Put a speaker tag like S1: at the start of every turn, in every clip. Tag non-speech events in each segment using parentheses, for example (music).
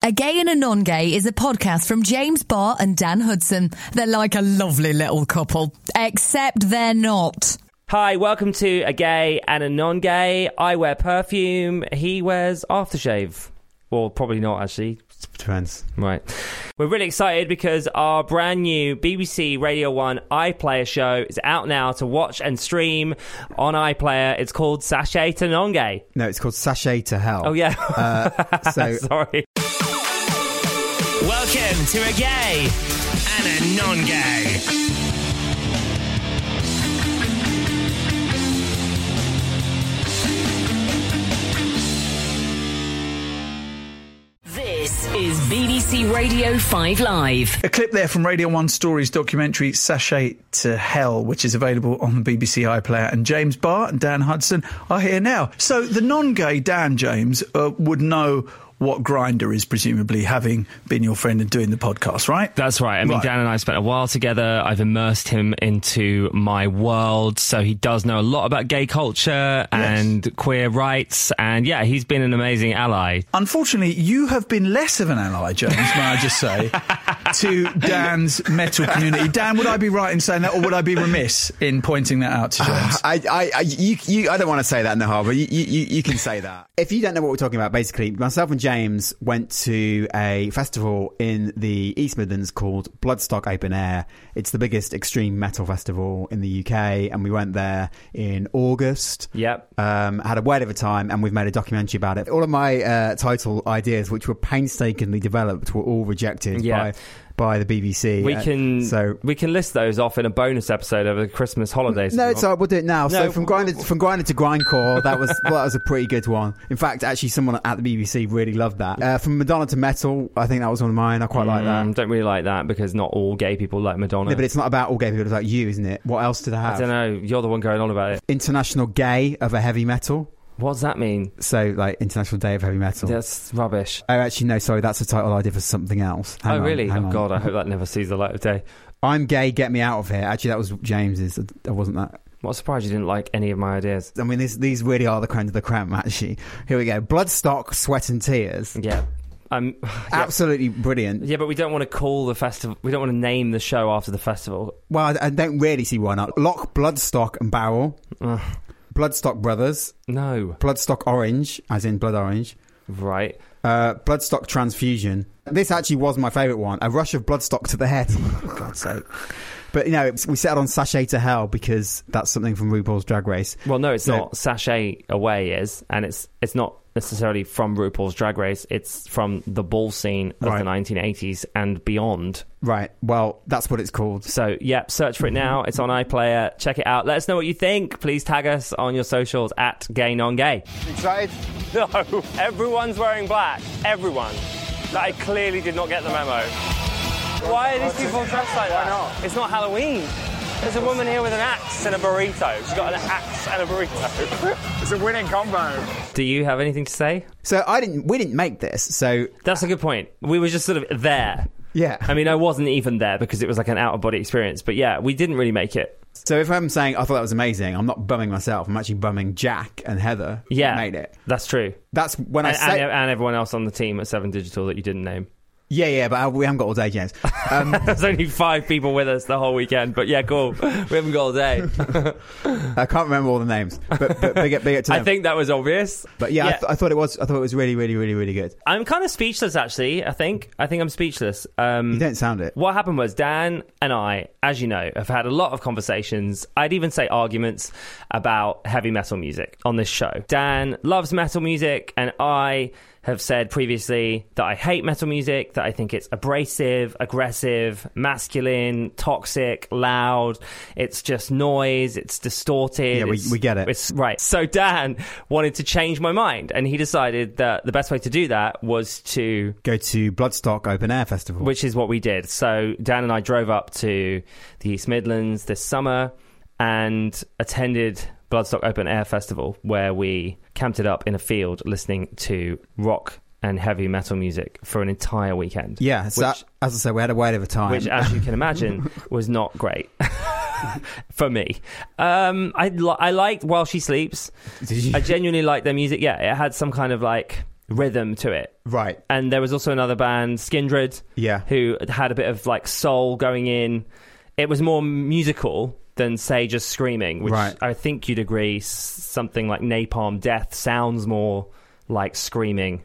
S1: A Gay and a Non Gay is a podcast from James Barr and Dan Hudson. They're like a lovely little couple, except they're not.
S2: Hi, welcome to a gay and a non gay. I wear perfume, he wears aftershave. Well, probably not actually.
S3: Depends.
S2: Right. We're really excited because our brand new BBC Radio 1 iPlayer show is out now to watch and stream on iPlayer. It's called Sachet to Non Gay.
S3: No, it's called Sachet to Hell.
S2: Oh, yeah. (laughs)
S3: Uh, so
S2: Sorry.
S4: Welcome to a gay and a non gay.
S5: This is BBC Radio 5 Live.
S6: A clip there from Radio 1 Stories documentary Sachet to Hell, which is available on the BBC iPlayer. And James Barr and Dan Hudson are here now. So the non gay Dan James uh, would know what Grinder is, presumably, having been your friend and doing the podcast, right?
S7: That's right. I mean,
S6: Right.
S7: Dan and I spent a while together. I've immersed him into my world, so he does know a lot about gay culture and queer rights. And yeah, he's been an amazing ally.
S6: Unfortunately, you have been less of an ally, James, may I just say, to Dan's metal community. Dan, would I be right in saying that, or would I be remiss in pointing that
S3: (laughs)
S6: out to James?
S3: (sighs) I, I, I, you, you, I don't want to say that in the harbour. You, you, you you can say that. If you don't know what we're talking about, basically, myself and James went to a festival in the East Midlands called Bloodstock Open Air. It's the biggest extreme metal festival in the UK, and we went there in August.
S2: Yep.
S3: um, had a word of a time, and we've made a documentary about it. All of my uh, title ideas, which were painstakingly developed, were all rejected
S2: Yeah.
S3: by by the BBC.
S2: We
S3: Uh,
S2: can
S3: so.
S2: we can list those off in a bonus episode over the Christmas holidays.
S3: No,
S2: if you
S3: it's
S2: want.
S3: all right. We'll do it now.
S2: No,
S3: so from grinder from grinder to grindcore, that was well, that was a pretty good one. In fact, actually, someone at the BBC really loved that. Uh, from Madonna to metal, I think that was one of mine. I quite like that.
S2: Mm, don't really like that because not all gay people like Madonna.
S3: No, but it's not about all gay people. It's about you, isn't it? What else did I have?
S2: I don't know. You're the one going on about it.
S3: International Gay of a Heavy Metal.
S2: What does that mean?
S3: So like International Day of Heavy Metal.
S2: That's rubbish.
S3: Oh, actually, no, sorry, that's a title I did for something else. Hang
S2: oh,
S3: on,
S2: really?
S3: hang
S2: Oh,
S3: on.
S2: God, I hope that never sees the light of day.
S3: I'm gay, get me out of here. Actually, that was James's. I wasn't that.
S2: What a surprise you didn't like any of my ideas.
S3: I mean, this, these really are the creme of the creme, actually. Here we go. Bloodstock, Sweat and Tears.
S2: Yeah. Um, yeah.
S3: Absolutely brilliant.
S2: yeah, but we don't want to call the festival, we don't want to name the show after the festival.
S3: Well, I, I don't really see why not. Lock, Bloodstock and Barrel.
S2: Ugh.
S3: Bloodstock Brothers.
S2: No.
S3: Bloodstock Orange, as in Blood Orange.
S2: Right.
S3: Uh, bloodstock transfusion. This actually was my favourite one. A rush of bloodstock to the head. (laughs) For God's sake. But you know, it's, we settled on sachet to hell because that's something from RuPaul's Drag Race.
S2: Well, no, it's
S3: No.
S2: not. Sachet Away is, and it's it's not necessarily from RuPaul's Drag Race. It's from the ball scene of
S3: Right.
S2: the 1980s and beyond.
S3: Right. Well, that's what it's called.
S2: So, yeah, search for it now. It's on iPlayer. Check it out. Let us know what you think. Please tag us on your socials at Gay Non Gay. (laughs)
S8: Excited?
S9: No, everyone's wearing black. Everyone. Like, I clearly did not get the memo. Why are these people dressed like that?
S8: not?
S9: It's not Halloween. There's a woman here with an axe and a burrito. She's got an axe and a burrito.
S8: (laughs) It's a winning combo.
S2: Do you have anything to say?
S3: So I didn't. We didn't make this. So
S2: That's a good point. We were just sort of there.
S3: yeah.
S2: I mean, I wasn't even there because it was like an out of body experience. But yeah, we didn't really make it.
S3: so if I'm saying I thought that was amazing, I'm not bumming myself. I'm actually bumming Jack and Heather. who
S2: Yeah,
S3: Made it.
S2: That's true.
S3: That's when I
S2: And,
S3: say.
S2: and, uh, and everyone else on the team at Seven Digital that you didn't name. (laughs)
S3: yeah, yeah. But I, we haven't got all day, James. Um,
S2: There's only five people with us the whole weekend. But yeah, cool. (laughs) we haven't got all
S3: (laughs)
S2: day.
S3: I can't remember all the names. But, but big up, big up to them.
S2: I think that was obvious.
S3: But yeah, I, th- I thought it was. I thought it was really, really, really, really good.
S2: I'm kind of speechless, actually. I think. I think I'm speechless. Um,
S3: You don't sound it.
S2: What happened was Dan and I, as you know, have had a lot of conversations. I'd even say arguments about heavy metal music on this show. Dan loves metal music, and I have said previously that I hate metal music, that I think it's abrasive, aggressive, masculine, toxic, loud. It's just noise, it's distorted.
S3: Yeah, we-
S2: it's-
S3: we get it.
S2: It's right. So Dan wanted to change my mind, and he decided that the best way to do that was to
S3: Go to Bloodstock Open Air Festival.
S2: which is what we did. So Dan and I drove up to the East Midlands this summer and attended Bloodstock Open Air Festival, where we camped it up in a field listening to rock and heavy metal music for an entire weekend.
S3: yeah. So
S2: which-
S3: as I say, we had a wait of a time.
S2: Which, as you can
S3: (laughs)
S2: imagine, was not great (laughs) for me. Um, I li- I liked While She Sleeps.
S3: Did you-
S2: I genuinely liked their music. Yeah, it had some kind of like rhythm to it.
S3: Right.
S2: And there was also another band, Skindred,
S3: Yeah.
S2: who had a bit of like soul going in. It was more musical than say just screaming, which
S3: Right.
S2: I think you'd agree. s- Something like Napalm Death sounds more like screaming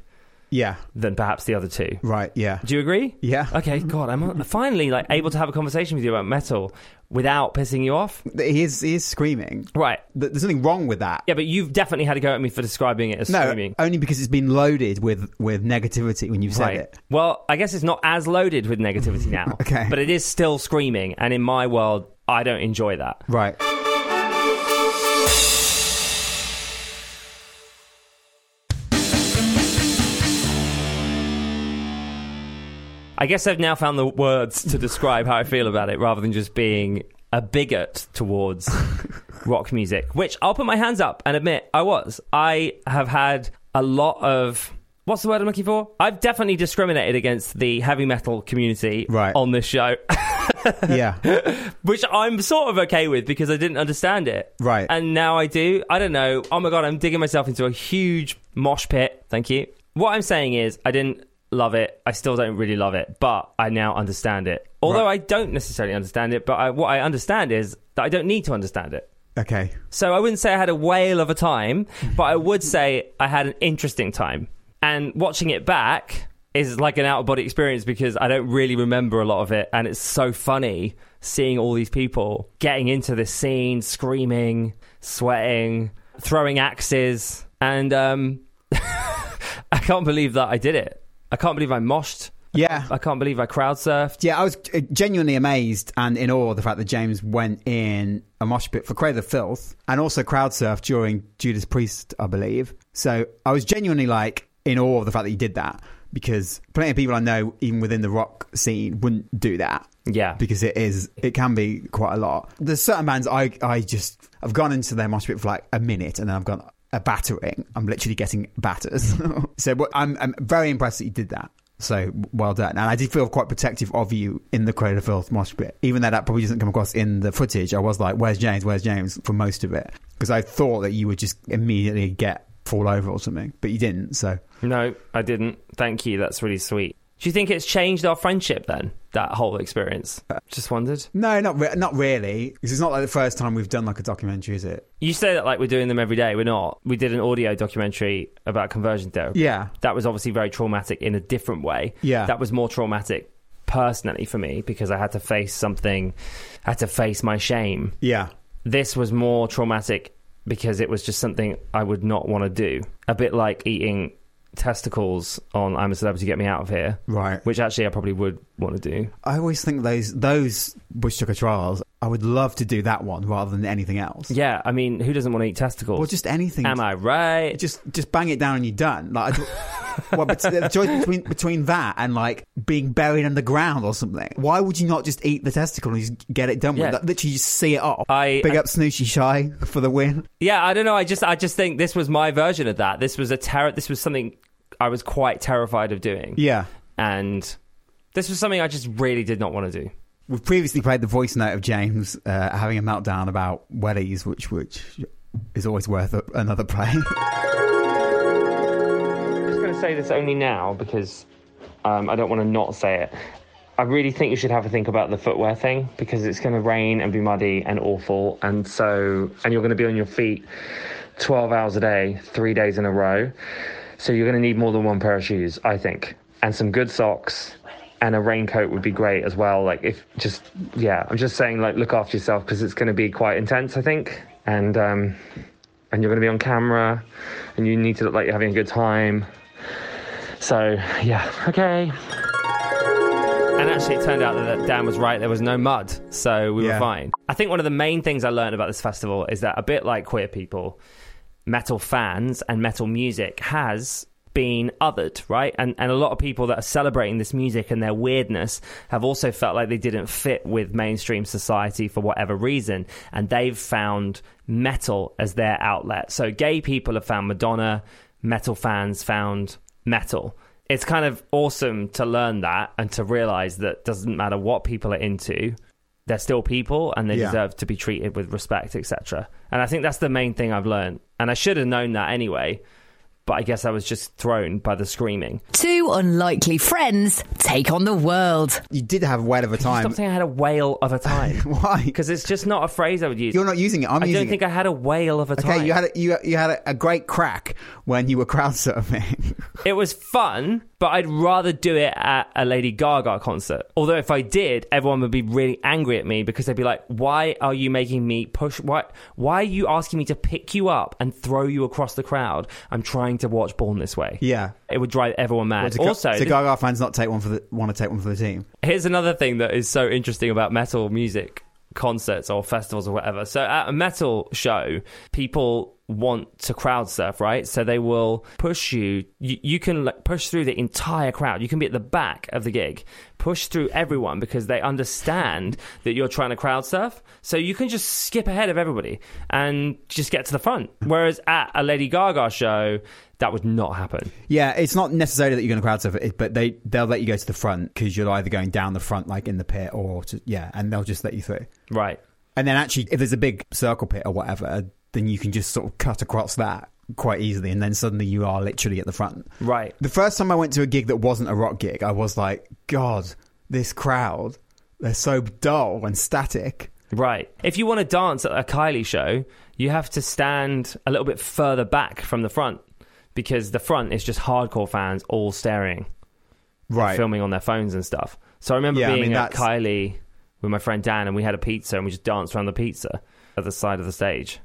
S3: Yeah.
S2: than perhaps the other two.
S3: Right. Yeah.
S2: Do you agree?
S3: Yeah.
S2: Okay, God, I'm finally like able to have a conversation with you about metal without pissing you off.
S3: (laughs) He is, he is screaming.
S2: Right.
S3: Th- There's nothing wrong with that.
S2: Yeah, but you've definitely had a go at me for describing it as
S3: No,
S2: screaming.
S3: only because it's been loaded with, with negativity when you've said
S2: Right.
S3: it.
S2: Well, I guess it's not as loaded with negativity now.
S3: (laughs) Okay.
S2: But it is still screaming, and in my world, I don't enjoy that.
S3: Right.
S2: I guess I've now found the words to describe how I feel about it rather than just being a bigot
S3: (laughs)
S2: towards rock music, which I'll put my hands up and admit I was. I have had a lot of. What's the word I'm looking for? I've definitely discriminated against the heavy metal community
S3: Right.
S2: on this show, (laughs)
S3: Yeah.
S2: which I'm sort of okay with because I didn't understand it.
S3: Right.
S2: And now I do. I don't know. Oh my God, I'm digging myself into a huge mosh pit. Thank you. What I'm saying is, I didn't love it. I still don't really love it, but I now understand it. Although I don't necessarily understand it, but I, what I understand is that I don't need to understand it.
S3: okay.
S2: So I wouldn't say I had a whale of a time, but I would say I had an interesting time. And watching it back is like an out of body experience because I don't really remember a lot of it. And it's so funny seeing all these people getting into this scene, screaming, sweating, throwing axes. And um, (laughs) I can't believe that I did it. I can't believe I moshed.
S3: Yeah.
S2: I can't believe I crowd surfed.
S3: Yeah, I was uh, genuinely amazed and in awe of the fact that James went in a mosh pit for Cray the Filth and also crowd surfed during Judas Priest, I believe. So I was genuinely like in awe of the fact that he did that because plenty of people I know, even within the rock scene, wouldn't do that.
S2: Yeah.
S3: Because it is, it can be quite a lot. There's certain bands I, I just, I've gone into their mosh pit for like a minute and then I've gone, a battering. I'm literally getting batters. (laughs) so but I'm, I'm very impressed that you did that. So well done. And I did feel quite protective of you in the Cradle of Filth mosh pit. Even though that probably doesn't come across in the footage, I was like, where's James? Where's James? For most of it. Because I thought that you would just immediately get fall over or something, but you didn't. So
S2: No, I didn't. Thank you. That's really sweet. Do you think it's changed our friendship then? That whole experience. Just wondered.
S3: no, not re- not really. 'Cause it's not like the first time we've done like a documentary, is it?
S2: You say that like we're doing them every day. We're not. We did an audio documentary about conversion therapy.
S3: Yeah.
S2: That was obviously very traumatic in a different way.
S3: Yeah.
S2: That was more traumatic personally for me because I had to face something. I had to face my shame.
S3: Yeah.
S2: This was more traumatic because it was just something I would not want to do. A bit like eating testicles on I'm a Celebrity, Get Me Out of Here.
S3: Right.
S2: Which actually I probably would want to do.
S3: I always think those those Bush Tucker trials. I would love to do that one rather than anything else.
S2: Yeah, I mean, who doesn't want to eat testicles?
S3: Or just anything.
S2: Am I right?
S3: just just bang it down and you're done. Like,
S2: (laughs)
S3: I do- well, but the choice between between that and like being buried underground or something. Why would you not just eat the testicle and just get it done with?
S2: Yeah.
S3: Like, literally, just see it off.
S2: I-
S3: Big
S2: I-
S3: up Snooshy Shy for the win.
S2: yeah, I don't know. I just, I just think this was my version of that. This was a terror. This was something I was quite terrified of doing.
S3: Yeah,
S2: and this was something I just really did not want to do.
S3: we've previously played the voice note of James uh, having a meltdown about wellies, which which is always worth a, another play. (laughs)
S2: I'm just going to say this only now because um, I don't want to not say it. I really think you should have a think about the footwear thing because it's going to rain and be muddy and awful, and so and you're going to be on your feet 12 hours a day, three days in a row. So you're going to need more than one pair of shoes, I think, and some good socks, and a raincoat would be great as well. Like if just yeah, I'm just saying like look after yourself because it's going to be quite intense, I think, and um, and you're going to be on camera, and you need to look like you're having a good time. So yeah, okay. And actually, it turned out that Dan was right. There was no mud, so we
S3: Yeah.
S2: were fine. I think one of the main things I learned about this festival is that a bit like queer people, metal fans and metal music has been othered, right? And and a lot of people that are celebrating this music and their weirdness have also felt like they didn't fit with mainstream society for whatever reason, and they've found metal as their outlet. So gay people have found Madonna, metal fans found metal. It's kind of awesome to learn that and to realize that doesn't matter what people are into, they're still people and they
S3: Yeah.
S2: deserve to be treated with respect, etc. And I think that's the main thing I've learned. And I should have known that anyway, But I guess I was just thrown by the screaming.
S1: Two unlikely friends take on the world.
S3: You did have a whale of a
S2: Stop
S3: time.
S2: saying I had a whale
S3: (laughs)
S2: of a time.
S3: Why?
S2: Because it's just not a phrase I would use.
S3: You're not using it. I'm
S2: I
S3: using
S2: don't think
S3: it.
S2: I had a whale of a time.
S3: Okay, you had a, you, you had a, a great crack when you were crowd surfing. (laughs)
S2: It was fun, but I'd rather do it at a Lady Gaga concert. Although if I did, everyone would be really angry at me because they'd be like, "Why are you making me push? Why? Why are you asking me to pick you up and throw you across the crowd? I'm trying to watch Born This Way."
S3: yeah.
S2: It would drive everyone mad.
S3: So Ga-
S2: also,
S3: so
S2: this-
S3: Gaga fans not take one for the want to take one for the team.
S2: here's another thing that is so interesting about metal music concerts or festivals or whatever. So at a metal show, people want to crowd surf, right? So they will push you. You, you can like, push through the entire crowd. You can be at the back of the gig, push through everyone because they understand that you're trying to crowd surf. So you can just skip ahead of everybody and just get to the front. Whereas at a Lady Gaga show, that would not happen.
S3: Yeah, it's not necessarily that you're going to crowd surf it, but they they'll let you go to the front because you're either going down the front like in the pit or to, yeah, and they'll just let you through.
S2: Right.
S3: And then actually, if there's a big circle pit or whatever, then you can just sort of cut across that quite easily, and then suddenly you are literally at the front.
S2: Right.
S3: The first time I went to a gig that wasn't a rock gig, I was like, God, this crowd, they're so dull and static.
S2: Right. If you want to dance at a Kylie show, you have to stand a little bit further back from the front because the front is just hardcore fans all staring,
S3: Right.
S2: filming on their phones and stuff. So I remember
S3: Yeah, I
S2: being
S3: mean,
S2: at
S3: that's-
S2: Kylie with my friend Dan and we had a pizza and we just danced around the pizza at the side of the stage.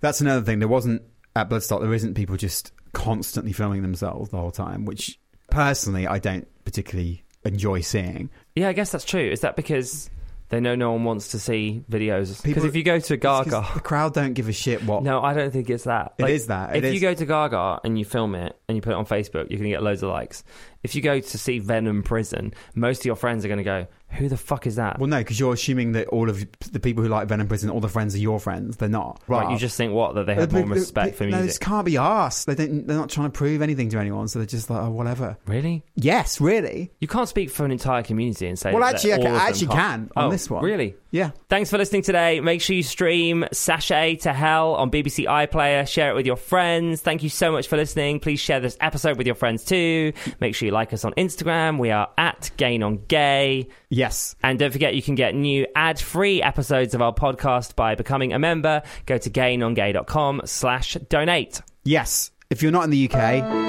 S3: That's another thing. There wasn't at Bloodstock. There isn't people just constantly filming themselves the whole time, which personally I don't particularly enjoy seeing.
S2: Yeah, I guess that's true. Is that because they know no one wants to see videos? Because
S3: People-
S2: if you go to
S3: It's 'cause
S2: Gaga.
S3: the crowd don't give a shit what.
S2: No, I don't think it's that.
S3: It is that. It
S2: if you
S3: is-
S2: go to Gaga and you film it and you put it on Facebook, you're going to get loads of likes. If you go to see Venom Prison, most of your friends are going to go, "Who the fuck is that?"
S3: Well, no, because you're assuming that all of the people who like Venom Prison, all the friends are your friends. They're not.
S2: like,
S3: Right.
S2: you just think what that they have more respect for
S3: No, this
S2: music.
S3: can't be asked. They don't, they're not trying to prove anything to anyone, so they're just like, oh, whatever.
S2: Really?
S3: Yes, really.
S2: You can't speak for an entire community and say.
S3: Well,
S2: that
S3: actually, I
S2: all
S3: can-
S2: of
S3: I
S2: them
S3: actually
S2: can't.
S3: can on
S2: Oh,
S3: this one.
S2: Really?
S3: Yeah.
S2: Thanks for listening today. Make sure you stream Sashay to Hell on BBC iPlayer. Share it with your friends. Thank you so much for listening. Please share this episode with your friends too. Make sure you like us on Instagram. We are at Gain on Gay.
S3: Yes.
S2: And don't forget, you can get new ad-free episodes of our podcast by becoming a member. Go to gainongay.com slash donate.
S3: Yes. If you're not in the UK.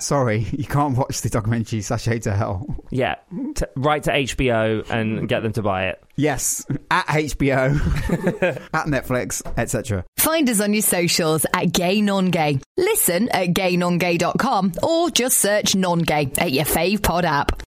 S3: Sorry, (laughs) you can't watch the documentary Sashay to Hell.
S2: Yeah, t- write to HBO and get them to buy it.
S3: Yes, at (laughs) HBO, at Netflix, etc.
S1: Find us on your socials at Gay Non Gay. Listen at gaynongay.com or just search Non Gay at your fave pod app.